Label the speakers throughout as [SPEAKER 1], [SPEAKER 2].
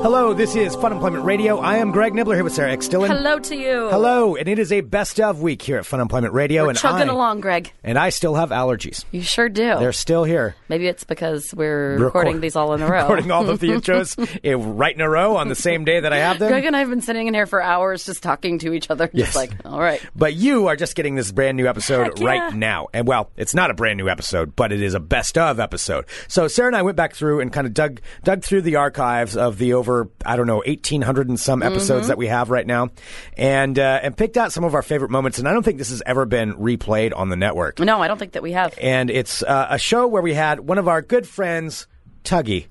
[SPEAKER 1] Hello, this is Fun Employment Radio. I am Greg Nibbler here with Sarah X. Dillon.
[SPEAKER 2] Hello to you.
[SPEAKER 1] Hello, and it is a best of week here at Fun Employment Radio.
[SPEAKER 2] We're
[SPEAKER 1] and
[SPEAKER 2] chugging
[SPEAKER 1] I,
[SPEAKER 2] along, Greg.
[SPEAKER 1] And I still have allergies.
[SPEAKER 2] You sure do.
[SPEAKER 1] They're still here.
[SPEAKER 2] Maybe it's because we're
[SPEAKER 1] Record-
[SPEAKER 2] recording these all in a row.
[SPEAKER 1] Recording all of the intros eh, right in a row on the same day that I have them.
[SPEAKER 2] Greg and I have been sitting in here for hours just talking to each other.
[SPEAKER 1] Yes.
[SPEAKER 2] Just like, all right.
[SPEAKER 1] But you are just getting this brand new episode
[SPEAKER 2] Heck yeah.
[SPEAKER 1] right now. And well, it's not a brand new episode, but it is a best of episode. So Sarah and I went back through and kind of dug dug through the archives of the over I don't know 1800 and some
[SPEAKER 2] Mm-hmm.
[SPEAKER 1] episodes that we have right now and uh, and picked out some of our favorite moments and I don't think this has ever been replayed on the network.
[SPEAKER 2] No, I don't think that we have.
[SPEAKER 1] And it's uh, a show where we had one of our good friends Tuggy,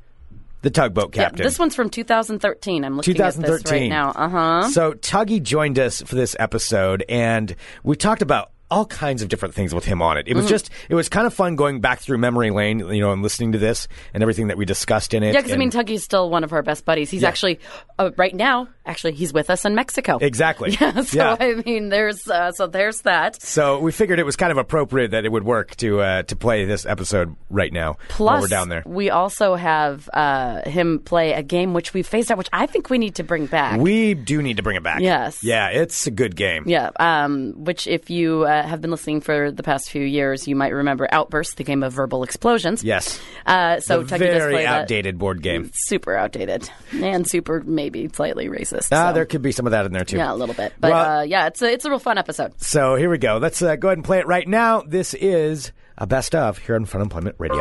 [SPEAKER 1] the tugboat
[SPEAKER 2] Yeah,
[SPEAKER 1] captain.
[SPEAKER 2] this one's from 2013. I'm looking at this
[SPEAKER 1] 2013.
[SPEAKER 2] right now. Uh huh.
[SPEAKER 1] So Tuggy joined us for this episode, and we talked about all kinds of different things with him on it. It
[SPEAKER 2] Mm-hmm.
[SPEAKER 1] was just, it was kind of fun going back through memory lane, you know, and listening to this and everything that we discussed in it.
[SPEAKER 2] Yeah, because I
[SPEAKER 1] and-
[SPEAKER 2] mean, Tuggy's still one of our best buddies. He's actually uh, right now. Actually, he's with us in Mexico.
[SPEAKER 1] exactly.
[SPEAKER 2] Yeah, so I mean, there's uh, so there's that.
[SPEAKER 1] So we figured it was kind of appropriate that it would work to uh, to play this episode right now while
[SPEAKER 2] Plus,
[SPEAKER 1] we're down there.
[SPEAKER 2] we also have uh, him play a game which we phased out, which I think we need to bring back.
[SPEAKER 1] We do need to bring it back.
[SPEAKER 2] Yes.
[SPEAKER 1] Yeah, it's a good game.
[SPEAKER 2] yeah, um, which if you uh, have been listening for the past few years, you might remember Outburst, the game of verbal explosions.
[SPEAKER 1] Yes.
[SPEAKER 2] Uh, so
[SPEAKER 1] A
[SPEAKER 2] Tucky does
[SPEAKER 1] very
[SPEAKER 2] play that.
[SPEAKER 1] outdated board game.
[SPEAKER 2] Super outdated and super maybe slightly racist.
[SPEAKER 1] Ah,
[SPEAKER 2] so.
[SPEAKER 1] there could be some of that in there too.
[SPEAKER 2] yeah, a little bit, but
[SPEAKER 1] Well-
[SPEAKER 2] uh, yeah, it's a, it's a real fun episode.
[SPEAKER 1] So here we go. Let's uh, go ahead and play it right now. This is a best of here on Fun Employment Radio.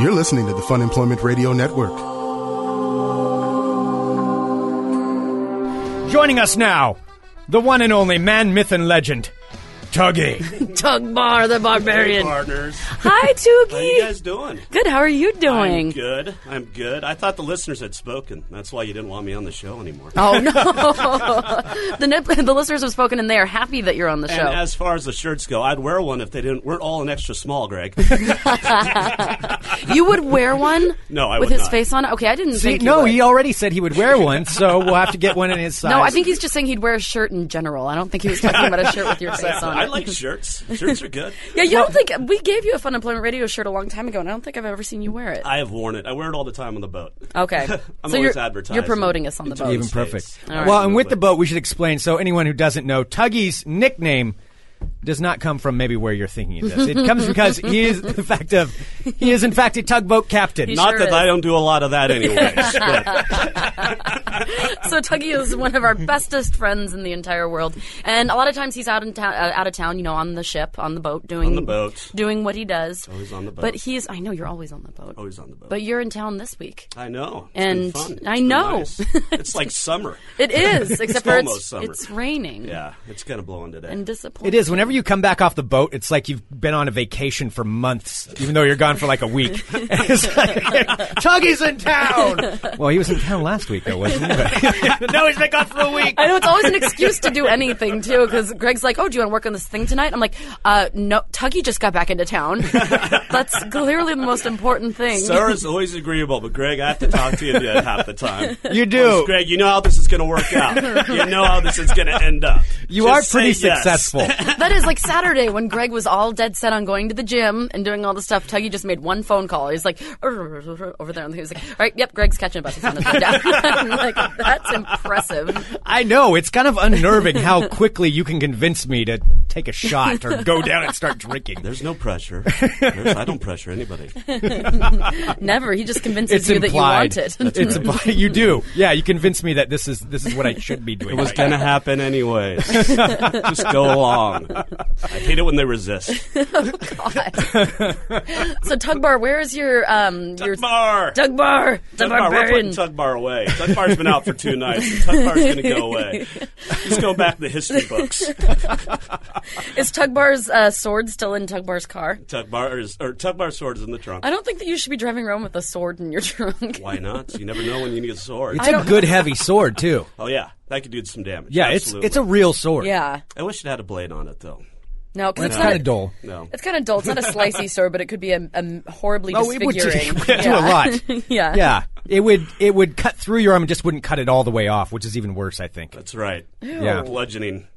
[SPEAKER 3] You're listening to the Fun Employment Radio Network.
[SPEAKER 1] Joining us now, the one and only man, myth, and legend, Tuggy.
[SPEAKER 2] Tug Bar the Barbarian.
[SPEAKER 4] partners.
[SPEAKER 2] Hi,
[SPEAKER 4] How you
[SPEAKER 2] Tuggy.
[SPEAKER 4] guys doing?
[SPEAKER 2] Good. How are you doing?
[SPEAKER 4] I'm good. I'm good. I thought the listeners had spoken. That's why you didn't want me on the show anymore.
[SPEAKER 2] Oh no! the nip- the listeners have spoken, and they are happy that you're on the show.
[SPEAKER 4] and as far as the shirts go, I'd wear one if they didn't weren't all an extra small, Greg.
[SPEAKER 2] you would wear one?
[SPEAKER 4] No, I
[SPEAKER 2] with
[SPEAKER 4] would
[SPEAKER 2] his
[SPEAKER 4] not.
[SPEAKER 2] face on. it? Okay, I didn't
[SPEAKER 1] See,
[SPEAKER 2] think. you
[SPEAKER 1] no,
[SPEAKER 2] would.
[SPEAKER 1] he already said he would wear one, so we'll have to get one in his size.
[SPEAKER 2] No, I think he's just saying he'd wear a shirt in general. I don't think he was talking about a shirt with your face on.
[SPEAKER 4] I
[SPEAKER 2] it.
[SPEAKER 4] like shirts. Shirts are good.
[SPEAKER 2] Yeah, you don't think we gave you a Fun Employment Radio shirt a long time ago, and I don't think I've ever seen you wear it.
[SPEAKER 4] I have worn it. I wear it all the time on the boat.
[SPEAKER 2] okay,
[SPEAKER 4] I'm
[SPEAKER 2] so
[SPEAKER 4] always
[SPEAKER 2] you're
[SPEAKER 4] advertising.
[SPEAKER 2] you're promoting us on the boat.
[SPEAKER 4] Even
[SPEAKER 1] Even perfect.
[SPEAKER 4] All right.
[SPEAKER 1] Well, and with the boat, we should explain. So anyone who doesn't know, Tuggy's nickname does not come from maybe where you're thinking of this. It comes because he is the fact of he is in fact a tugboat captain.
[SPEAKER 2] He's-
[SPEAKER 4] Not
[SPEAKER 2] Sure
[SPEAKER 4] that
[SPEAKER 2] is.
[SPEAKER 4] I don't do a lot of that anyway. but
[SPEAKER 2] So Tuggy is one of our bestest friends in the entire world, and a lot of times he's out in town, uh, out of town, you know, on the ship, on the boat, doing
[SPEAKER 4] On the boat.
[SPEAKER 2] doing what he does.
[SPEAKER 4] Always on the boat.
[SPEAKER 2] But he's, I know you're always on the boat.
[SPEAKER 4] always on the boat.
[SPEAKER 2] But you're in town this week.
[SPEAKER 4] I know. It's
[SPEAKER 2] And
[SPEAKER 4] been fun. It's
[SPEAKER 2] I
[SPEAKER 4] been
[SPEAKER 2] know.
[SPEAKER 4] nice. It's like summer.
[SPEAKER 2] It is, except for
[SPEAKER 4] almost
[SPEAKER 2] it's,
[SPEAKER 4] summer.
[SPEAKER 2] it's raining.
[SPEAKER 4] Yeah, it's kind of blowing today.
[SPEAKER 2] And
[SPEAKER 1] It
[SPEAKER 2] disappointing.
[SPEAKER 1] is. Whenever you come back off the boat, it's like you've been on a vacation for months, even though you're gone for like a week. it's like, Tuggy's in town. Well, he was in town last week, though, wasn't he? no, he's been gone for a week.
[SPEAKER 2] I know it's always an excuse to do anything too, because Greg's like, "Oh, do you want to work on this thing tonight?" I'm like, "Uh, no." Tuggy just got back into town. That's clearly the most important thing.
[SPEAKER 4] Sarah's always agreeable, but Greg, I have to talk to you the- half the time.
[SPEAKER 1] You do.
[SPEAKER 4] Greg, you know how this is going to work out. you know how this is going to end up.
[SPEAKER 1] You
[SPEAKER 4] Just
[SPEAKER 1] are pretty
[SPEAKER 4] say yes.
[SPEAKER 1] successful.
[SPEAKER 2] That is like Saturday when Greg was all dead set on going to the gym and doing all the stuff. Tuggy just made one phone call. He's like over there, and he was like, "All right, yep, Greg's catching a bus. He's on his way down." I'm like, that's impressive.
[SPEAKER 1] I know. It's kind of unnerving how quickly you can convince me to take a shot or go down and start drinking.
[SPEAKER 4] There's no pressure. There's- I don't pressure anybody.
[SPEAKER 2] Never. He just
[SPEAKER 1] It's
[SPEAKER 2] convinces you
[SPEAKER 1] implied.
[SPEAKER 2] that you want it.
[SPEAKER 1] It's implied. You do. Yeah, you convince me that this is this is what I should be doing.
[SPEAKER 4] It was going to happen anyways. Just go along. I hate it when they resist.
[SPEAKER 2] so Tugbar, where is your um your
[SPEAKER 4] Tugbar!
[SPEAKER 2] Tugbar, the
[SPEAKER 4] Tugbar, we're putting
[SPEAKER 2] barbarian.
[SPEAKER 4] Tugbar away. Tugbar's been out for two nights. and Tugbar's going to go away. He's going back to the history books.
[SPEAKER 2] Is Tugbar's uh, sword still in Tugbar's car?
[SPEAKER 4] Tugbar is, or Tugbar's sword is in the trunk.
[SPEAKER 2] I don't think that you should be driving around with a sword in your trunk.
[SPEAKER 4] Why not? You never know when you need a sword.
[SPEAKER 1] It's a good heavy sword too.
[SPEAKER 4] oh yeah, that could do some damage.
[SPEAKER 1] Yeah,
[SPEAKER 4] Absolutely.
[SPEAKER 1] it's it's a real sword.
[SPEAKER 2] Yeah.
[SPEAKER 4] I wish it had a blade on it though.
[SPEAKER 2] No, because it's,
[SPEAKER 1] it's
[SPEAKER 2] not.
[SPEAKER 1] kind of dull.
[SPEAKER 4] No.
[SPEAKER 2] It's kind of dull. It's not a slicey sword, but it could be a, a horribly
[SPEAKER 1] Oh, it would
[SPEAKER 2] disfiguring.
[SPEAKER 1] do- do a lot.
[SPEAKER 2] yeah.
[SPEAKER 1] Yeah. It would it would cut through your arm and just wouldn't cut it all the way off, which is even worse, I think.
[SPEAKER 4] That's right. Mm.
[SPEAKER 1] Yeah.
[SPEAKER 4] Bludgeoning.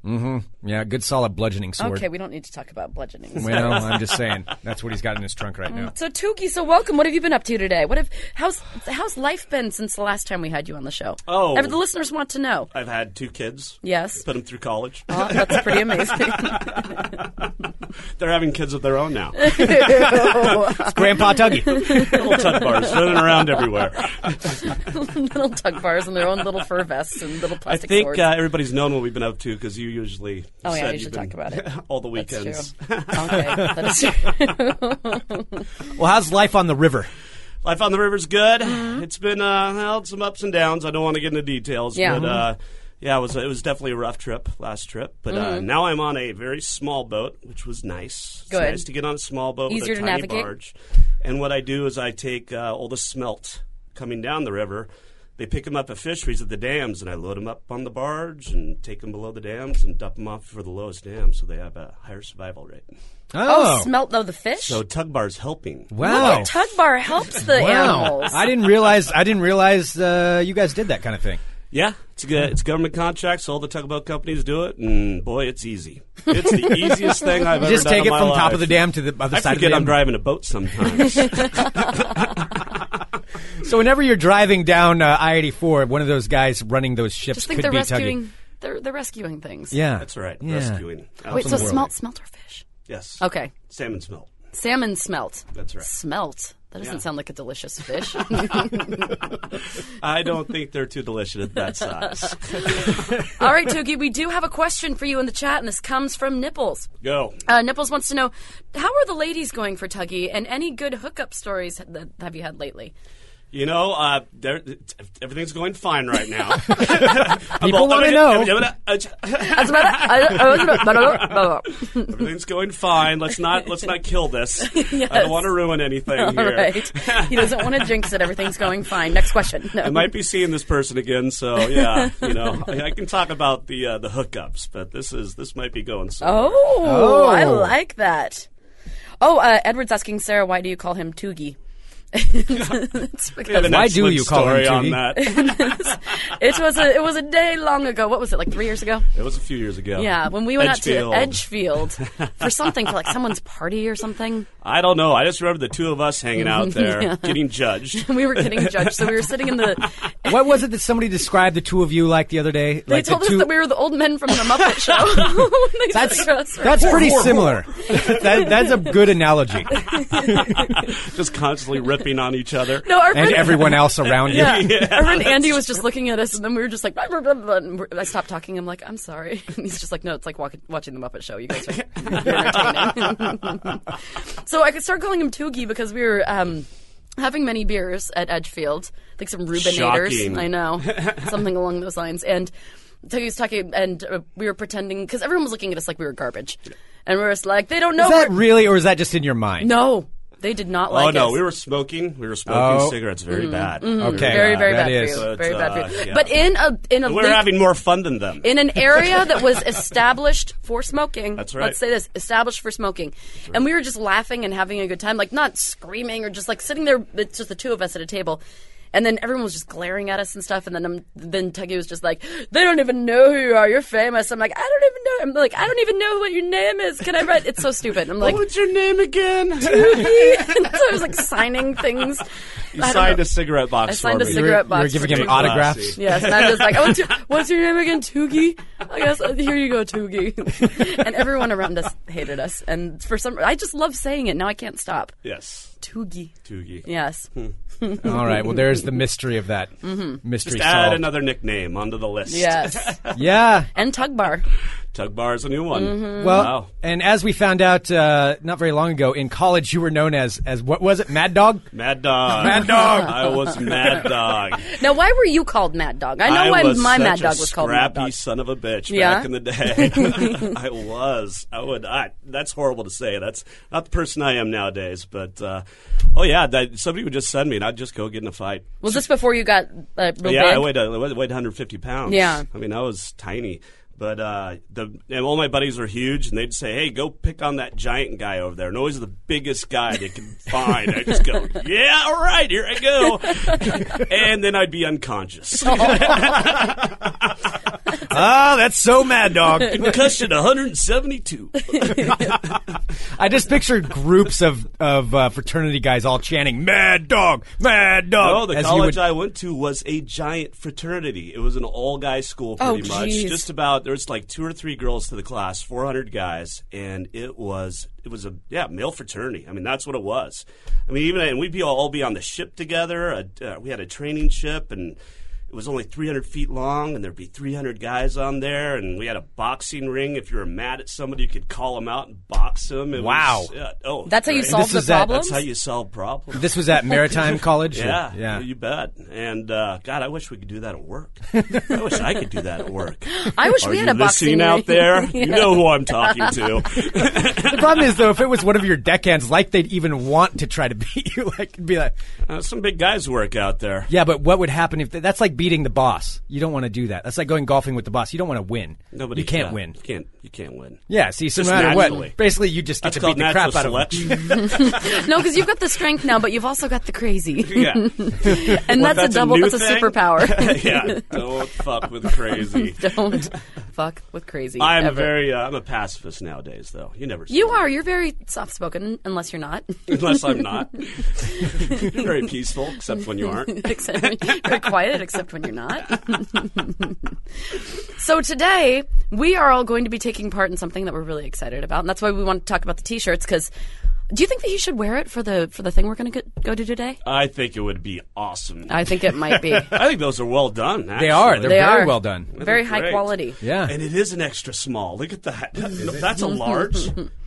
[SPEAKER 1] Yeah, good solid bludgeoning sword.
[SPEAKER 2] Okay, we don't need to talk about bludgeoning.
[SPEAKER 1] Well, I'm just saying that's what he's got in his trunk right now.
[SPEAKER 2] So Tuki, so welcome. What have you been up to today? What have how's how's life been since the last time we had you on the show?
[SPEAKER 4] Oh.
[SPEAKER 2] Ever- the listeners want to know.
[SPEAKER 4] I've had two kids.
[SPEAKER 2] Yes.
[SPEAKER 4] Put them through college.
[SPEAKER 2] Oh, that's pretty amazing.
[SPEAKER 4] They're having kids of their own now.
[SPEAKER 2] Mm.
[SPEAKER 1] It's Grandpa Tuggy.
[SPEAKER 4] Little tug bars running around everywhere.
[SPEAKER 2] little tug bars and their own little fur vests and little
[SPEAKER 4] I
[SPEAKER 2] plastic
[SPEAKER 4] think
[SPEAKER 2] swords.
[SPEAKER 4] uh, everybody's known what we've been up to because you usually
[SPEAKER 2] Oh, yeah, I
[SPEAKER 4] said
[SPEAKER 2] usually
[SPEAKER 4] you've been
[SPEAKER 2] talk about it.
[SPEAKER 4] all the
[SPEAKER 2] that's true.
[SPEAKER 4] weekends.
[SPEAKER 2] okay, that is true.
[SPEAKER 1] Well, how's life on the river?
[SPEAKER 4] Life on the river's good.
[SPEAKER 2] Mm-hmm.
[SPEAKER 4] It's been uh, well, some ups and downs. I don't want to get into details,
[SPEAKER 2] Yeah. Mm-hmm.
[SPEAKER 4] but uh, yeah, it was it was definitely a rough trip last trip. But uh,
[SPEAKER 2] Mm-hmm.
[SPEAKER 4] now I'm on a very small boat, which was nice. It's
[SPEAKER 2] Good.
[SPEAKER 4] nice to get on a small boat
[SPEAKER 2] Easier
[SPEAKER 4] with
[SPEAKER 2] to
[SPEAKER 4] a tiny
[SPEAKER 2] navigate.
[SPEAKER 4] barge. And what I do is I take uh, all the smelt coming down the river. They pick them up at fisheries at the dams, and I load them up on the barge and take them below the dams and dump them off for the lowest dam, so they have a higher survival rate.
[SPEAKER 2] Oh, smelt though the fish.
[SPEAKER 4] So tug bar's helping.
[SPEAKER 1] wow.
[SPEAKER 2] tug bar helps the
[SPEAKER 1] Oh, Wow.
[SPEAKER 2] animals.
[SPEAKER 1] I didn't realize I didn't realize uh, you guys did that kind of thing.
[SPEAKER 4] Yeah, it's good. It's government contracts. All the tugboat companies do it, and boy, it's easy. It's the easiest thing I've ever
[SPEAKER 1] Mm. Just
[SPEAKER 4] done.
[SPEAKER 1] take
[SPEAKER 4] in
[SPEAKER 1] it
[SPEAKER 4] my
[SPEAKER 1] from
[SPEAKER 4] life.
[SPEAKER 1] top of the dam to the other
[SPEAKER 4] I
[SPEAKER 1] side of
[SPEAKER 4] forget
[SPEAKER 1] the
[SPEAKER 4] I'm
[SPEAKER 1] dam.
[SPEAKER 4] driving a boat sometimes.
[SPEAKER 1] So whenever you're driving down uh, I-84, one of those guys running those ships
[SPEAKER 2] Just think
[SPEAKER 1] could
[SPEAKER 2] they're
[SPEAKER 1] be
[SPEAKER 2] rescuing.
[SPEAKER 1] Tuggy.
[SPEAKER 2] They're they're rescuing things.
[SPEAKER 1] Yeah,
[SPEAKER 4] That's right.
[SPEAKER 1] Yeah.
[SPEAKER 4] Rescuing. Out
[SPEAKER 2] Wait,
[SPEAKER 4] in
[SPEAKER 2] so
[SPEAKER 4] the world.
[SPEAKER 2] smelt smelt or fish?
[SPEAKER 4] Yes.
[SPEAKER 2] Okay.
[SPEAKER 4] Salmon smelt.
[SPEAKER 2] Salmon smelt.
[SPEAKER 4] That's right.
[SPEAKER 2] Smelt. That doesn't
[SPEAKER 4] Yeah.
[SPEAKER 2] sound like a delicious fish.
[SPEAKER 4] I don't think they're too delicious at that size.
[SPEAKER 2] All right, Tuki, we do have a question for you in the chat, and this comes from Nipples.
[SPEAKER 4] Go.
[SPEAKER 2] Uh, Nipples wants to know how are the ladies going for Tuggy, and any good hookup stories that have you had lately?
[SPEAKER 4] You know, uh, there, it's- everything's going fine right now.
[SPEAKER 1] People wanna know.
[SPEAKER 2] That's about it. I- I was about-
[SPEAKER 4] uh, Everything's going fine. Let's not let's not kill this. I don't want to ruin anything
[SPEAKER 2] All
[SPEAKER 4] here.
[SPEAKER 2] right. He doesn't want to jinx it. Everything's going fine. Next question. No.
[SPEAKER 4] I might be seeing this person again, so yeah, you know, I, I can talk about the uh, the hookups, but this is this might be going somewhere.
[SPEAKER 2] Oh,
[SPEAKER 1] Oh.
[SPEAKER 2] I like that. Oh, uh, Edward's asking Sarah, why do you call him Toogie? it's
[SPEAKER 4] We have
[SPEAKER 2] because
[SPEAKER 4] an
[SPEAKER 1] Why do
[SPEAKER 4] excellent
[SPEAKER 1] you call him
[SPEAKER 4] story on
[SPEAKER 1] Tootie?
[SPEAKER 4] that?
[SPEAKER 2] it was a it was a day long ago. What was it like three years ago?
[SPEAKER 4] It was a few years ago.
[SPEAKER 2] Yeah, when we went
[SPEAKER 4] Edgefield.
[SPEAKER 2] out to Edgefield for something for like someone's party or something.
[SPEAKER 4] I don't know. I just remember the two of us hanging out there, getting judged.
[SPEAKER 2] We were getting judged, so we were sitting in the.
[SPEAKER 1] What was it that somebody described the two of you like the other day?
[SPEAKER 2] They
[SPEAKER 1] like
[SPEAKER 2] told
[SPEAKER 1] the
[SPEAKER 2] us
[SPEAKER 1] two,
[SPEAKER 2] that we were the old men from the Muppet Show. They said to us,
[SPEAKER 1] that's that's pretty similar. that, that's a good analogy,
[SPEAKER 4] just constantly ripping on each other.
[SPEAKER 2] No, our
[SPEAKER 1] and
[SPEAKER 2] friend,
[SPEAKER 1] everyone else around you.
[SPEAKER 2] yeah, our friend Andy was just looking at us, and then we were just like, blah, blah, blah, blah, and we're- I stopped talking. I'm like, I'm sorry. And he's just like, no, it's like walk, watching the Muppet Show. You guys are entertaining. so I could start calling him Toogie because we were. Um, Having many beers at Edgefield, like some Rubinators,
[SPEAKER 4] Shocking.
[SPEAKER 2] I know, something along those lines. And Toogie was talking, and uh, we were pretending because everyone was looking at us like we were garbage, and we were just like, they don't know.
[SPEAKER 1] Is that
[SPEAKER 2] we're-
[SPEAKER 1] really, or is that just in your mind?
[SPEAKER 2] no, they did not
[SPEAKER 4] Oh
[SPEAKER 2] like
[SPEAKER 4] no,
[SPEAKER 2] us.
[SPEAKER 4] we were smoking. We were smoking
[SPEAKER 1] Oh.
[SPEAKER 4] cigarettes.
[SPEAKER 2] Mm-hmm.
[SPEAKER 4] Very bad.
[SPEAKER 1] Okay.
[SPEAKER 2] very
[SPEAKER 1] Yeah,
[SPEAKER 2] very
[SPEAKER 1] that
[SPEAKER 2] bad
[SPEAKER 1] is.
[SPEAKER 2] for you.
[SPEAKER 4] But,
[SPEAKER 2] very
[SPEAKER 4] uh,
[SPEAKER 2] bad for you.
[SPEAKER 4] yeah.
[SPEAKER 2] But in a in a
[SPEAKER 4] We We're
[SPEAKER 2] leak-
[SPEAKER 4] having more fun than them.
[SPEAKER 2] in an area that was established for smoking.
[SPEAKER 4] That's right.
[SPEAKER 2] Let's say this established for smoking. And we were just laughing and having a good time, like not screaming or just like sitting there. It's just the two of us at a table. And then everyone was just glaring at us and stuff. And then um, then Tuggy was just like, "They don't even know who you are. You're famous." I'm like, "I don't even know." I'm like, "I don't even know what your name is." Can I write? It's so stupid. I'm like,
[SPEAKER 4] what was your name again?
[SPEAKER 2] and so I was like signing things.
[SPEAKER 4] you
[SPEAKER 2] I don't
[SPEAKER 4] signed
[SPEAKER 2] know.
[SPEAKER 4] a cigarette box.
[SPEAKER 2] I signed a
[SPEAKER 4] for me.
[SPEAKER 1] You were,
[SPEAKER 2] cigarette
[SPEAKER 1] you were
[SPEAKER 2] box
[SPEAKER 1] giving
[SPEAKER 2] for
[SPEAKER 1] him
[SPEAKER 2] me.
[SPEAKER 1] autographs.
[SPEAKER 4] Classy.
[SPEAKER 2] Yes, and I'm just like, oh, Tu- what's your name again, Toogie? I guess uh, here you go, Toogie. and everyone around us hated us, and for some, I just love saying it. Now I can't stop.
[SPEAKER 4] Yes,
[SPEAKER 2] Toogie.
[SPEAKER 4] Toogie.
[SPEAKER 2] Yes.
[SPEAKER 4] Hmm.
[SPEAKER 1] All right. Well, there's the mystery of that
[SPEAKER 2] Mm-hmm.
[SPEAKER 1] mystery.
[SPEAKER 4] Just add
[SPEAKER 1] solved.
[SPEAKER 4] another nickname onto the list.
[SPEAKER 2] Yes.
[SPEAKER 1] Yeah.
[SPEAKER 2] and Tug Bar.
[SPEAKER 4] Tug Bar is a new one.
[SPEAKER 2] Mm-hmm.
[SPEAKER 1] Well,
[SPEAKER 4] Wow.
[SPEAKER 1] and as we found out uh, not very long ago in college, you were known as as what was it, Mad Dog?
[SPEAKER 4] Mad Dog.
[SPEAKER 1] Mad Dog.
[SPEAKER 4] I was Mad Dog.
[SPEAKER 2] Now, why were you called Mad Dog? I know
[SPEAKER 4] I
[SPEAKER 2] why
[SPEAKER 4] was
[SPEAKER 2] my
[SPEAKER 4] such
[SPEAKER 2] Mad
[SPEAKER 4] a
[SPEAKER 2] Dog was called Mad
[SPEAKER 4] scrappy
[SPEAKER 2] Dog.
[SPEAKER 4] son of a bitch
[SPEAKER 2] Yeah?
[SPEAKER 4] back in the day. I was. I would. I, that's horrible to say. That's not the person I am nowadays. But uh, oh yeah, that, somebody would just send me, and I'd just go get in a fight.
[SPEAKER 2] Was this before you got uh, real
[SPEAKER 4] yeah, I
[SPEAKER 2] big?
[SPEAKER 4] weighed, I weighed 150 pounds.
[SPEAKER 2] Yeah.
[SPEAKER 4] I mean, I was tiny. But uh, the and all my buddies were huge, and they'd say, "Hey, go pick on that giant guy over there." And always the biggest guy they could find. I just go, "Yeah, all right, here I go," and then I'd be unconscious. Ah,
[SPEAKER 1] Oh, that's so mad, dog.
[SPEAKER 4] Concussion 172.
[SPEAKER 1] I just pictured groups of of uh, fraternity guys all chanting "Mad Dog, Mad
[SPEAKER 4] Oh,
[SPEAKER 1] Dog."
[SPEAKER 4] the
[SPEAKER 1] as you
[SPEAKER 4] college
[SPEAKER 1] would-
[SPEAKER 4] I went to was a giant fraternity. It was an all guy school,
[SPEAKER 2] Oh,
[SPEAKER 4] pretty much.
[SPEAKER 2] geez.
[SPEAKER 4] Just about there was like two or three girls to the class, four hundred guys, and it was it was a yeah male fraternity. I mean that's what it was. I mean even and we'd be all, all be on the ship together. A, uh, we had a training ship and. It was only 300 feet long, and there'd be 300 guys on there, and we had a boxing ring. If you were mad at somebody, you could call them out and box them. It
[SPEAKER 1] Wow.
[SPEAKER 4] Was, yeah, oh,
[SPEAKER 2] That's how you
[SPEAKER 4] great.
[SPEAKER 2] solve
[SPEAKER 1] This
[SPEAKER 2] the
[SPEAKER 1] is that-
[SPEAKER 2] problems.
[SPEAKER 4] That's how you solve problems.
[SPEAKER 1] This was at Maritime College.
[SPEAKER 4] Oh, Yeah,
[SPEAKER 1] yeah.
[SPEAKER 4] you bet. And uh, God, I wish we could do that at work. I wish I could do that at work.
[SPEAKER 2] I wish
[SPEAKER 4] Are
[SPEAKER 2] we
[SPEAKER 4] you
[SPEAKER 2] had a boxing
[SPEAKER 4] listening out
[SPEAKER 2] ring.
[SPEAKER 4] there? You
[SPEAKER 2] Yeah.
[SPEAKER 4] know who I'm talking to.
[SPEAKER 1] the problem is though, if it was one of your deckhands, like they'd even want to try to beat you. Like, it'd be like,
[SPEAKER 4] Uh, some big guys work out there.
[SPEAKER 1] yeah, but what would happen if that's like beating the boss? You don't want to do that. That's like going golfing with the boss. You don't want to win.
[SPEAKER 4] Nobody.
[SPEAKER 1] you can't
[SPEAKER 4] yeah,
[SPEAKER 1] win.
[SPEAKER 4] You can't. You can't win.
[SPEAKER 1] Yeah, see, so
[SPEAKER 4] Just
[SPEAKER 1] no matter
[SPEAKER 4] naturally.
[SPEAKER 1] what, basically you just get
[SPEAKER 4] That's
[SPEAKER 1] to beat the
[SPEAKER 4] called natural
[SPEAKER 1] crap out of them.
[SPEAKER 4] selection.
[SPEAKER 2] No, because you've got the strength now, but you've also got the crazy.
[SPEAKER 4] yeah.
[SPEAKER 2] and
[SPEAKER 4] Well,
[SPEAKER 2] that's, a double,
[SPEAKER 4] new
[SPEAKER 2] that's a
[SPEAKER 4] thing.
[SPEAKER 2] superpower.
[SPEAKER 4] yeah. Don't fuck with crazy.
[SPEAKER 2] Don't fuck with crazy.
[SPEAKER 4] I'm
[SPEAKER 2] ever.
[SPEAKER 4] very. Uh, I'm a pacifist nowadays, though. You never. see
[SPEAKER 2] You
[SPEAKER 4] me.
[SPEAKER 2] are. You're very soft spoken, unless you're not.
[SPEAKER 4] Unless I'm not. very peaceful, except when you aren't.
[SPEAKER 2] except when you're quiet, except when you're not. so today we are all going to be taking part in something that we're really excited about, and that's why we want to talk about the t-shirts. Because do you think that you should wear it for the for the thing we're going to go to today?
[SPEAKER 4] I think it would be awesome.
[SPEAKER 2] I think it might be
[SPEAKER 4] I think those are well done. Actually.
[SPEAKER 1] They are. They're
[SPEAKER 2] They
[SPEAKER 1] very
[SPEAKER 2] are.
[SPEAKER 1] well done.
[SPEAKER 2] very high
[SPEAKER 4] Great.
[SPEAKER 2] quality.
[SPEAKER 1] Yeah.
[SPEAKER 4] And it is an extra small. Look at that. That's a large.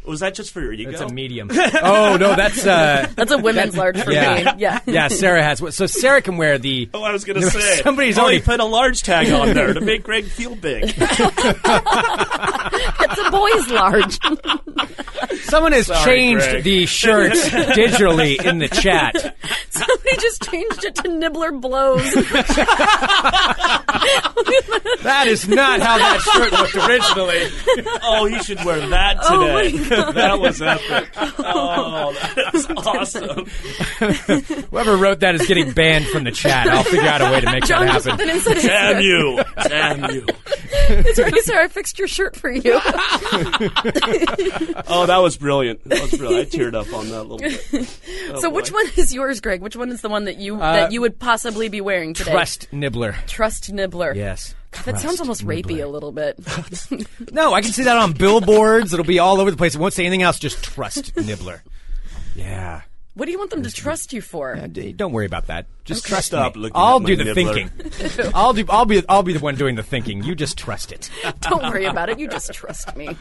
[SPEAKER 4] Was that just for your ego?
[SPEAKER 1] It's a medium. oh no, that's uh,
[SPEAKER 2] That's a women's large for
[SPEAKER 1] yeah.
[SPEAKER 2] me. Yeah.
[SPEAKER 1] yeah. Sarah has one. so Sarah can wear the.
[SPEAKER 4] Oh, I was gonna say
[SPEAKER 1] Somebody's
[SPEAKER 4] oh,
[SPEAKER 1] already-
[SPEAKER 4] he put a large tag on there to make Greg feel big.
[SPEAKER 2] it's a boy's large.
[SPEAKER 1] Someone has
[SPEAKER 4] Sorry,
[SPEAKER 1] changed
[SPEAKER 4] Greg.
[SPEAKER 1] the shirts digitally in the chat.
[SPEAKER 2] Somebody just changed it to nibbler blows.
[SPEAKER 1] That is not how that shirt looked originally.
[SPEAKER 4] oh, he should wear that
[SPEAKER 2] Oh, my
[SPEAKER 4] today. that was epic. Oh, that's awesome.
[SPEAKER 1] Whoever wrote that is getting banned from the chat. I'll figure out a way to make
[SPEAKER 2] John
[SPEAKER 1] that
[SPEAKER 2] just
[SPEAKER 1] happen.
[SPEAKER 2] went in and said,
[SPEAKER 4] Damn you! Damn you!
[SPEAKER 2] "It's eraser. I fixed your shirt for you."
[SPEAKER 4] Oh, that was brilliant. That was brilliant. I teared up on that a little bit.
[SPEAKER 1] Oh,
[SPEAKER 4] Oh,
[SPEAKER 2] So which one is yours, Greg? Which one is the one that you that you would possibly be wearing today?
[SPEAKER 1] Uh, Trust nibbler.
[SPEAKER 2] Trust nibbler.
[SPEAKER 1] Yes.
[SPEAKER 2] That sounds
[SPEAKER 1] Trust
[SPEAKER 2] almost rapey
[SPEAKER 1] nibbler.
[SPEAKER 2] a little bit.
[SPEAKER 1] No, I can see that on billboards. It'll be all over the place. It won't say anything else. Just trust nibbler. Yeah.
[SPEAKER 2] what do you want them to trust you for?
[SPEAKER 1] Uh, d- Don't worry about that. Just trust
[SPEAKER 4] Stop
[SPEAKER 1] me.
[SPEAKER 4] looking
[SPEAKER 1] I'll
[SPEAKER 4] at my
[SPEAKER 1] do the
[SPEAKER 4] nibbler.
[SPEAKER 1] thinking. I'll do. I'll be. I'll be the one doing the thinking. You just trust it.
[SPEAKER 2] don't worry about it. You just trust me.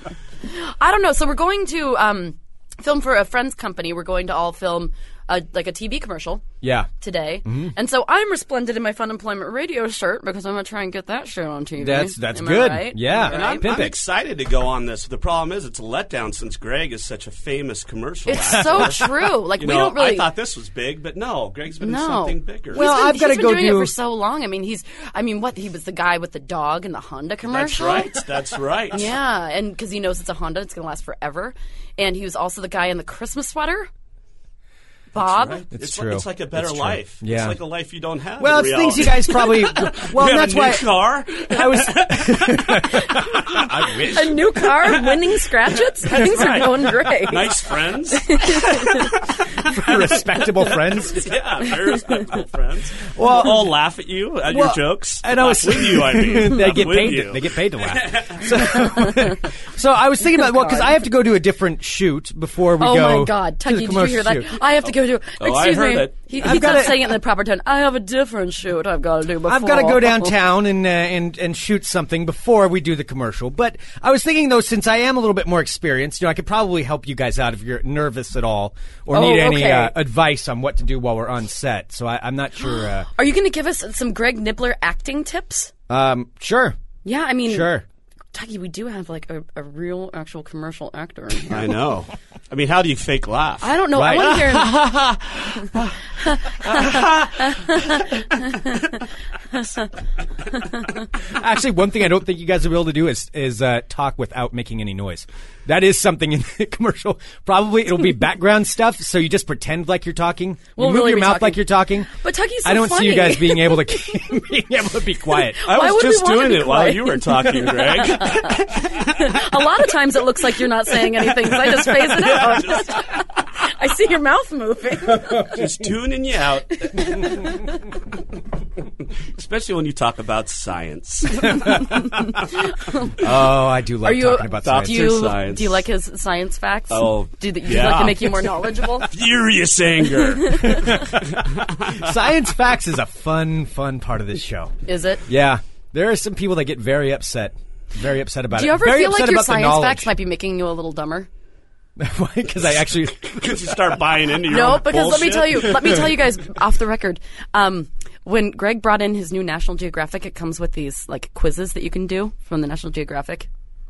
[SPEAKER 2] I don't know. So we're going to um, film for a friend's company. We're going to all film a, like a TV commercial.
[SPEAKER 1] Yeah.
[SPEAKER 2] Today,
[SPEAKER 1] Mm-hmm.
[SPEAKER 2] and so I'm resplendent in my Fun Employment Radio shirt because I'm gonna try and get that shit on TV.
[SPEAKER 1] That's- that's
[SPEAKER 2] Am
[SPEAKER 1] good.
[SPEAKER 2] I right?
[SPEAKER 1] Yeah.
[SPEAKER 2] Am I
[SPEAKER 1] And
[SPEAKER 4] And
[SPEAKER 2] right?
[SPEAKER 4] I'm,
[SPEAKER 1] Pimp
[SPEAKER 4] I'm
[SPEAKER 1] it.
[SPEAKER 4] excited to go on this. The problem is, it's a letdown since Greg is such a famous commercial.
[SPEAKER 2] it's
[SPEAKER 4] actor.
[SPEAKER 2] so true. Like
[SPEAKER 4] You
[SPEAKER 2] we
[SPEAKER 4] know,
[SPEAKER 2] don't really.
[SPEAKER 4] I thought this was big, but no, Greg's been in
[SPEAKER 2] No.
[SPEAKER 4] something bigger.
[SPEAKER 1] Well,
[SPEAKER 2] He's been-
[SPEAKER 1] I've gotta
[SPEAKER 2] he's been
[SPEAKER 1] go
[SPEAKER 2] doing it
[SPEAKER 1] do-
[SPEAKER 2] for so long. I mean, he's. I mean, what he was the guy with the dog in the Honda
[SPEAKER 4] That's
[SPEAKER 2] commercial.
[SPEAKER 4] right. That's right.
[SPEAKER 2] Yeah, and because he knows it's a Honda, it's going to last forever. And he was also the guy in the Christmas sweater. Bob,
[SPEAKER 4] Right?
[SPEAKER 1] It's
[SPEAKER 4] like,
[SPEAKER 1] true.
[SPEAKER 4] it's like a better
[SPEAKER 1] It's true.
[SPEAKER 4] life.
[SPEAKER 1] Yeah.
[SPEAKER 4] It's like a life you don't have.
[SPEAKER 1] Well,
[SPEAKER 4] in
[SPEAKER 1] it's things you
[SPEAKER 4] reality.
[SPEAKER 1] guys probably. Well,
[SPEAKER 4] You
[SPEAKER 1] that's
[SPEAKER 4] have a new
[SPEAKER 1] why
[SPEAKER 4] car.
[SPEAKER 1] I was.
[SPEAKER 4] I wish.
[SPEAKER 2] a new car, winning scratchets. Things
[SPEAKER 4] right.
[SPEAKER 2] are going great.
[SPEAKER 4] Nice friends.
[SPEAKER 1] respectable friends.
[SPEAKER 4] yeah, very respectable friends.
[SPEAKER 1] Well-
[SPEAKER 4] Well, all laugh at you at
[SPEAKER 1] Well,
[SPEAKER 4] your jokes.
[SPEAKER 1] and I was-
[SPEAKER 4] Laugh with you. I mean,
[SPEAKER 1] they
[SPEAKER 4] Laugh
[SPEAKER 1] get
[SPEAKER 4] with
[SPEAKER 1] paid. To,
[SPEAKER 4] You.
[SPEAKER 1] they get paid to laugh. So, so I was thinking about well, because I have to go to a different shoot before we
[SPEAKER 2] Oh
[SPEAKER 1] go.
[SPEAKER 2] my God,
[SPEAKER 1] to the
[SPEAKER 2] Tucky, did you hear
[SPEAKER 1] commercial
[SPEAKER 2] that?
[SPEAKER 1] shoot.
[SPEAKER 2] I have to go to.
[SPEAKER 4] Oh, I
[SPEAKER 2] excuse
[SPEAKER 4] heard
[SPEAKER 2] me.
[SPEAKER 4] it.
[SPEAKER 2] He,
[SPEAKER 1] I've
[SPEAKER 2] he's not
[SPEAKER 1] gotta-
[SPEAKER 2] saying it in the proper tone. I have a different shoot I've got to do before. Oh,
[SPEAKER 1] I've got to go downtown and, uh, and and shoot something before we do the commercial. But I was thinking though, since I am a little bit more experienced, you know, I could probably help you guys out if you're nervous at all or
[SPEAKER 2] Oh,
[SPEAKER 1] need any
[SPEAKER 2] okay.
[SPEAKER 1] uh, advice on what to do while we're on set. So I, I'm not sure. Uh,
[SPEAKER 2] Are you going to give us some Greg Nibbler acting tips?
[SPEAKER 1] um, sure,
[SPEAKER 2] Yeah, I mean,
[SPEAKER 1] sure.
[SPEAKER 2] Tucky, we do have like a, a real, actual commercial actor.
[SPEAKER 4] I know. I mean, how do you fake laugh?
[SPEAKER 2] I don't know.
[SPEAKER 5] Right.
[SPEAKER 2] I want to hear him.
[SPEAKER 1] Actually, one thing I don't think you guys will be able to do is is uh, talk without making any noise. That is something in the commercial. Probably it'll be background stuff, so you just pretend like you're talking.
[SPEAKER 2] We'll
[SPEAKER 1] you move
[SPEAKER 2] really
[SPEAKER 1] your
[SPEAKER 2] be
[SPEAKER 1] mouth
[SPEAKER 2] talking.
[SPEAKER 1] like you're talking.
[SPEAKER 2] But Tucky's so
[SPEAKER 1] I don't see you
[SPEAKER 2] funny.
[SPEAKER 1] guys being able to being able to be quiet.
[SPEAKER 4] I
[SPEAKER 2] Why
[SPEAKER 4] was
[SPEAKER 2] would we
[SPEAKER 4] just
[SPEAKER 2] want to
[SPEAKER 4] doing
[SPEAKER 2] be
[SPEAKER 4] it while
[SPEAKER 2] quiet?
[SPEAKER 4] you were talking, Greg.
[SPEAKER 2] A lot of times it looks like you're not saying anything 'cause I just phase it out. I see your mouth moving.
[SPEAKER 4] just tuning you out. Especially when you talk about science.
[SPEAKER 1] Oh, I do love talking about
[SPEAKER 4] Stop.
[SPEAKER 1] science.
[SPEAKER 2] do you,
[SPEAKER 4] science.
[SPEAKER 2] do you like his science facts?
[SPEAKER 4] Oh,
[SPEAKER 2] do they, do
[SPEAKER 4] yeah.
[SPEAKER 2] you like to make you more knowledgeable?
[SPEAKER 4] Furious anger.
[SPEAKER 1] science facts is a fun, fun part of this show.
[SPEAKER 2] Is it?
[SPEAKER 1] Yeah, there are some people that get very upset, very upset about it.
[SPEAKER 2] Do you ever
[SPEAKER 1] very
[SPEAKER 2] feel like
[SPEAKER 1] upset
[SPEAKER 2] your
[SPEAKER 1] about the
[SPEAKER 2] science
[SPEAKER 1] knowledge.
[SPEAKER 2] facts might be making you a little dumber?
[SPEAKER 1] Because I actually,
[SPEAKER 4] Because you start buying into your
[SPEAKER 2] No,
[SPEAKER 4] own
[SPEAKER 2] because let me tell you,
[SPEAKER 4] bullshit.
[SPEAKER 2] let me tell you guys off the record. Um, when Greg brought in his new National Geographic, it comes with these like quizzes that you can do from the National Geographic,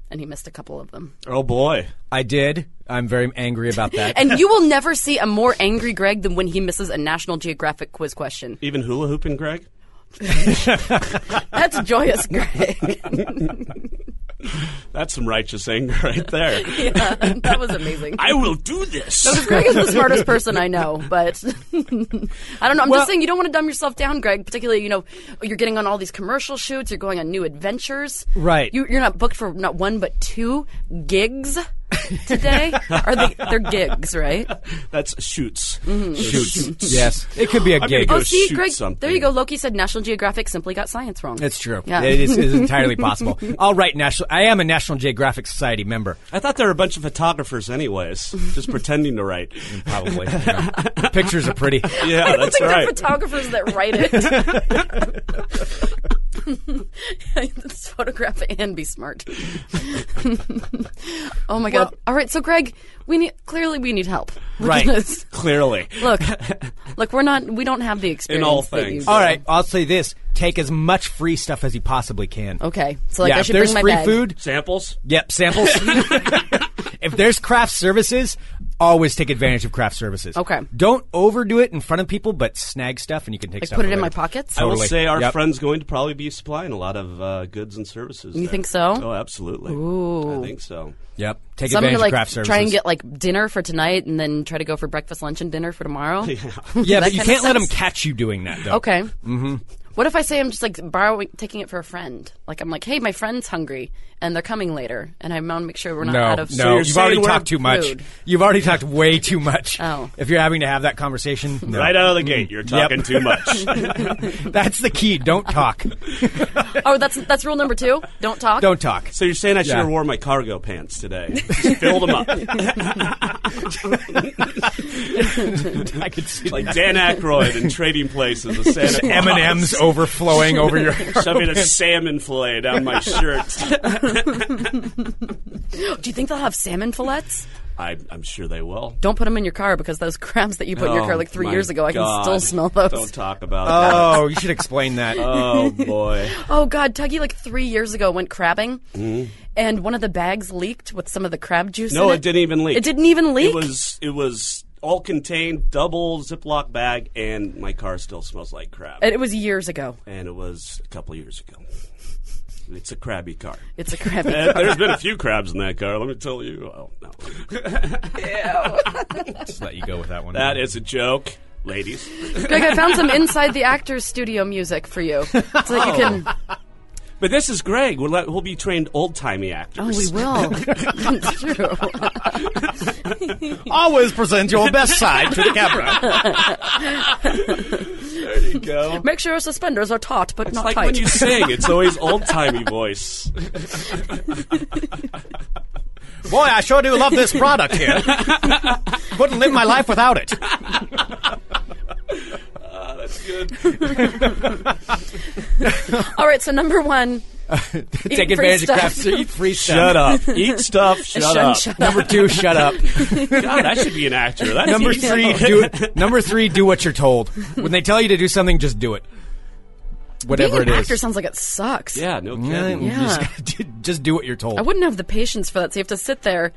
[SPEAKER 2] and he missed a couple of them.
[SPEAKER 4] Oh boy.
[SPEAKER 1] I did. I'm very angry about that.
[SPEAKER 2] And you will never see a more angry Greg than when he misses a National Geographic quiz question.
[SPEAKER 4] Even hula hooping, Greg?
[SPEAKER 2] That's joyous, Greg.
[SPEAKER 4] That's some righteous anger right there.
[SPEAKER 2] yeah, that was amazing.
[SPEAKER 4] I will do this.
[SPEAKER 2] Greg is the smartest person I know, but I don't know. I'm just saying you don't want to dumb yourself down, Greg. Particularly, you know, you're getting on all these commercial shoots, you're going on new adventures.
[SPEAKER 1] Right.
[SPEAKER 2] You, you're not booked for not one but two gigs today. Are they? They're gigs, right?
[SPEAKER 4] That's shoots.
[SPEAKER 2] Mm-hmm.
[SPEAKER 1] Shoots. yes, it could be a
[SPEAKER 4] I'm
[SPEAKER 1] gig.
[SPEAKER 4] gonna
[SPEAKER 2] Oh,
[SPEAKER 4] Go
[SPEAKER 2] see,
[SPEAKER 4] shoot
[SPEAKER 2] Greg.
[SPEAKER 4] something.
[SPEAKER 2] There you go. Loki said National Geographic simply got science wrong.
[SPEAKER 1] It's true.
[SPEAKER 2] Yeah.
[SPEAKER 1] It is, it is entirely possible. All right, national. I am a National Geographic Society member.
[SPEAKER 4] I thought there were a bunch of photographers, anyways, just pretending to write.
[SPEAKER 1] Probably. Pictures are pretty.
[SPEAKER 4] Yeah,
[SPEAKER 2] I don't
[SPEAKER 4] that's
[SPEAKER 2] think
[SPEAKER 4] right.
[SPEAKER 2] they're photographers that write it. Let's photograph and be smart. oh my god! All right, so Greg, we need clearly we need help. with
[SPEAKER 1] Right.
[SPEAKER 2] this.
[SPEAKER 4] Clearly.
[SPEAKER 2] Look, look, we're not we don't have the experience.
[SPEAKER 4] all
[SPEAKER 2] that you
[SPEAKER 4] things.
[SPEAKER 2] do.
[SPEAKER 1] All right. I'll say this: take as much free stuff as you possibly can.
[SPEAKER 2] Okay, so Oh, like
[SPEAKER 1] yeah.
[SPEAKER 2] I
[SPEAKER 1] if
[SPEAKER 2] should
[SPEAKER 1] there's
[SPEAKER 2] bring my
[SPEAKER 1] free
[SPEAKER 2] bag.
[SPEAKER 1] food,
[SPEAKER 4] Samples?
[SPEAKER 1] yep. Samples. if there's craft services, always take advantage of craft services.
[SPEAKER 2] Okay.
[SPEAKER 1] Don't overdo it in front of people, but snag stuff and you can take.
[SPEAKER 2] Like
[SPEAKER 1] stuff
[SPEAKER 2] put it in
[SPEAKER 1] later.
[SPEAKER 2] my pockets.
[SPEAKER 1] I
[SPEAKER 4] I will
[SPEAKER 1] Totally.
[SPEAKER 4] say our
[SPEAKER 1] Yep.
[SPEAKER 4] friend's going to probably be supplying a lot of uh, goods and services. You
[SPEAKER 2] think so?
[SPEAKER 4] Oh, absolutely. I think so.
[SPEAKER 1] Yep. Take
[SPEAKER 2] So I'm
[SPEAKER 1] advantage
[SPEAKER 2] gonna
[SPEAKER 1] of
[SPEAKER 2] like
[SPEAKER 1] craft services.
[SPEAKER 2] try and get like dinner for tonight, and then try to go for breakfast, lunch, and dinner for tomorrow.
[SPEAKER 1] yeah,
[SPEAKER 2] that
[SPEAKER 1] but you
[SPEAKER 2] kinda
[SPEAKER 1] can't let them
[SPEAKER 2] sense.
[SPEAKER 1] catch you doing that though.
[SPEAKER 2] Okay. Mm-hmm. What if I say I'm just like borrowing, taking it for a friend? Like I'm like, hey, my friend's hungry and they're coming later, and I want to make sure we're not
[SPEAKER 1] No,
[SPEAKER 2] out of.
[SPEAKER 1] no,
[SPEAKER 4] you're
[SPEAKER 1] you've already
[SPEAKER 4] saying we're
[SPEAKER 1] talked too much.
[SPEAKER 2] rude.
[SPEAKER 1] You've already talked way too much.
[SPEAKER 2] Oh.
[SPEAKER 1] If you're having to have that conversation, no.
[SPEAKER 4] Right out of the gate, you're talking too much.
[SPEAKER 1] that's the key. Don't talk.
[SPEAKER 2] Oh, that's that's rule number two. Don't talk.
[SPEAKER 1] Don't talk.
[SPEAKER 4] So you're saying I should
[SPEAKER 1] Yeah.
[SPEAKER 4] have worn my cargo pants today? Just filled them up
[SPEAKER 1] I could see
[SPEAKER 4] like
[SPEAKER 1] like
[SPEAKER 4] Dan Aykroyd in Trading Places. The Santa Claus.
[SPEAKER 1] M and M's overflowing over your.
[SPEAKER 4] Shoving a salmon fillet down my shirt.
[SPEAKER 2] Do you think they'll have salmon fillets?
[SPEAKER 4] I, I'm sure they will.
[SPEAKER 2] Don't put them in your car because those crabs that you put in your car
[SPEAKER 4] Oh,
[SPEAKER 2] like three
[SPEAKER 4] my
[SPEAKER 2] years ago, I can
[SPEAKER 4] God.
[SPEAKER 2] still smell those.
[SPEAKER 4] Don't talk about that.
[SPEAKER 1] Oh, you should explain that.
[SPEAKER 4] Oh boy.
[SPEAKER 2] Oh God, Tuggy like three years ago went crabbing, and one of the bags leaked with some of the crab juice.
[SPEAKER 4] Mm-hmm. No,
[SPEAKER 2] in
[SPEAKER 4] it didn't even leak.
[SPEAKER 2] It didn't even leak.
[SPEAKER 4] It was it was all contained, double Ziploc bag, and my car still smells like crab.
[SPEAKER 2] And it was years ago.
[SPEAKER 4] and it was a couple years ago. It's a crabby car.
[SPEAKER 2] It's a crabby.
[SPEAKER 4] Uh, There's been a few crabs in that car. Let me tell you. Oh no,
[SPEAKER 1] Just let you go with that one.
[SPEAKER 4] that is a joke, ladies.
[SPEAKER 2] Greg, I found some inside the actors' studio music for you, so that you can.
[SPEAKER 4] Oh. But this is Greg. We'll, let, we'll be trained old timey actors.
[SPEAKER 2] Oh, we will. That's true.
[SPEAKER 1] always present your best side to the camera.
[SPEAKER 4] There you go.
[SPEAKER 2] Make sure your suspenders are taut but
[SPEAKER 4] It's
[SPEAKER 2] not
[SPEAKER 4] like
[SPEAKER 2] tight.
[SPEAKER 4] when you sing, it's always old timey voice.
[SPEAKER 1] Boy, I sure do love this product here. Couldn't live my life without it.
[SPEAKER 4] That's good.
[SPEAKER 2] All right, so number one,
[SPEAKER 1] Take
[SPEAKER 2] free
[SPEAKER 1] advantage of
[SPEAKER 2] stuff.
[SPEAKER 1] craft. so eat free stuff.
[SPEAKER 4] Shut up. Eat stuff. Shut up.
[SPEAKER 2] shut
[SPEAKER 1] Number two, shut up.
[SPEAKER 4] God, that should be an actor. That's
[SPEAKER 1] Number
[SPEAKER 4] easy.
[SPEAKER 1] three, do number three, do what you're told. When they tell you to do something, just do it.
[SPEAKER 2] being
[SPEAKER 1] Whatever
[SPEAKER 2] an
[SPEAKER 1] it is.
[SPEAKER 2] actor sounds like it sucks.
[SPEAKER 4] Yeah, no
[SPEAKER 1] Yeah,
[SPEAKER 4] kidding.
[SPEAKER 1] you
[SPEAKER 2] Yeah.
[SPEAKER 1] Just, just do what you're told.
[SPEAKER 4] Mm-hmm.
[SPEAKER 2] I wouldn't have the patience for that. So you have to sit there.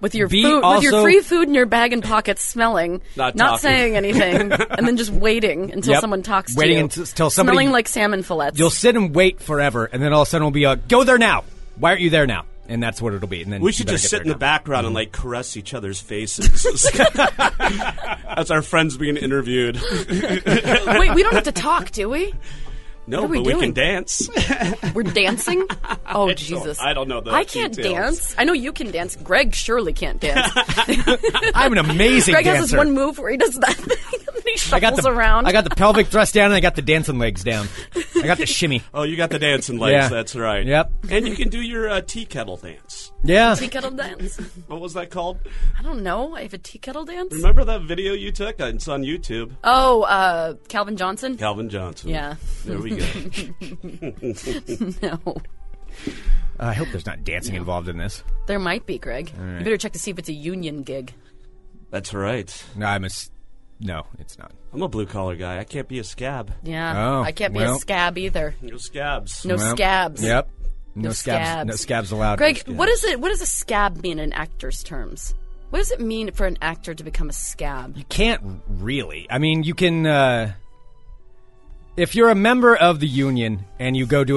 [SPEAKER 2] with your
[SPEAKER 1] B,
[SPEAKER 2] food, with your
[SPEAKER 1] also-
[SPEAKER 2] free food in your bag and pockets, smelling,
[SPEAKER 4] Not talking.
[SPEAKER 2] saying anything, and then just waiting until
[SPEAKER 1] Yep.
[SPEAKER 2] someone talks
[SPEAKER 1] Waiting
[SPEAKER 2] to you.
[SPEAKER 1] until somebody-
[SPEAKER 2] smelling like salmon fillets.
[SPEAKER 1] You'll sit and wait forever, and then all of a sudden we'll be like, "Go there now! Why aren't you there now?" And that's what it'll be. And then
[SPEAKER 4] We
[SPEAKER 1] you
[SPEAKER 4] should
[SPEAKER 1] better
[SPEAKER 4] just
[SPEAKER 1] get
[SPEAKER 4] sit
[SPEAKER 1] there
[SPEAKER 4] in the
[SPEAKER 1] now.
[SPEAKER 4] background and like caress each other's faces. That's our friends being interviewed.
[SPEAKER 2] Wait, we don't have to talk, do we?
[SPEAKER 4] No,
[SPEAKER 2] are
[SPEAKER 4] but
[SPEAKER 2] we
[SPEAKER 4] we
[SPEAKER 2] doing?
[SPEAKER 4] can dance.
[SPEAKER 2] We're dancing. Oh Jesus!
[SPEAKER 4] I don't know the
[SPEAKER 2] I can't
[SPEAKER 4] details.
[SPEAKER 2] dance. I know you can dance. Greg surely can't dance.
[SPEAKER 1] I'm an amazing
[SPEAKER 2] Greg
[SPEAKER 1] dancer.
[SPEAKER 2] has this one move where he does that thing and he shuffles
[SPEAKER 1] I got the
[SPEAKER 2] around.
[SPEAKER 1] I got the pelvic thrust down, and I got the dancing legs down. I got the shimmy.
[SPEAKER 4] Oh, you got the dancing legs.
[SPEAKER 1] Yeah.
[SPEAKER 4] That's right.
[SPEAKER 1] Yep.
[SPEAKER 4] And you can do your uh, tea kettle dance.
[SPEAKER 1] Yeah,
[SPEAKER 2] tea kettle dance.
[SPEAKER 4] What was that called?
[SPEAKER 2] I don't know. I have a tea kettle dance.
[SPEAKER 1] Mm.
[SPEAKER 4] Remember that video you took? Uh, It's on YouTube.
[SPEAKER 2] Oh, uh, Calvin Johnson.
[SPEAKER 4] Calvin Johnson.
[SPEAKER 2] Yeah.
[SPEAKER 4] There we go.
[SPEAKER 2] No,
[SPEAKER 1] I hope there's not dancing involved in this.
[SPEAKER 2] there might be Greg. You better check to see if it's a union gig.
[SPEAKER 4] That's right.
[SPEAKER 1] No, I'm a. s- No, it's not.
[SPEAKER 4] I'm a blue collar guy. I can't be a scab.
[SPEAKER 2] Yeah,
[SPEAKER 1] Oh,
[SPEAKER 2] I can't be
[SPEAKER 1] well.
[SPEAKER 2] a scab either.
[SPEAKER 4] No scabs.
[SPEAKER 2] No
[SPEAKER 1] Well,
[SPEAKER 2] scabs.
[SPEAKER 1] Yep. No,
[SPEAKER 2] No
[SPEAKER 1] scabs.
[SPEAKER 2] scabs.
[SPEAKER 1] No scabs allowed.
[SPEAKER 2] Greg, what is it? What does a scab mean in actors' terms? What does it mean for an actor to become a scab?
[SPEAKER 1] can't really. I mean, you can. Uh, if you're a member of the union and you go do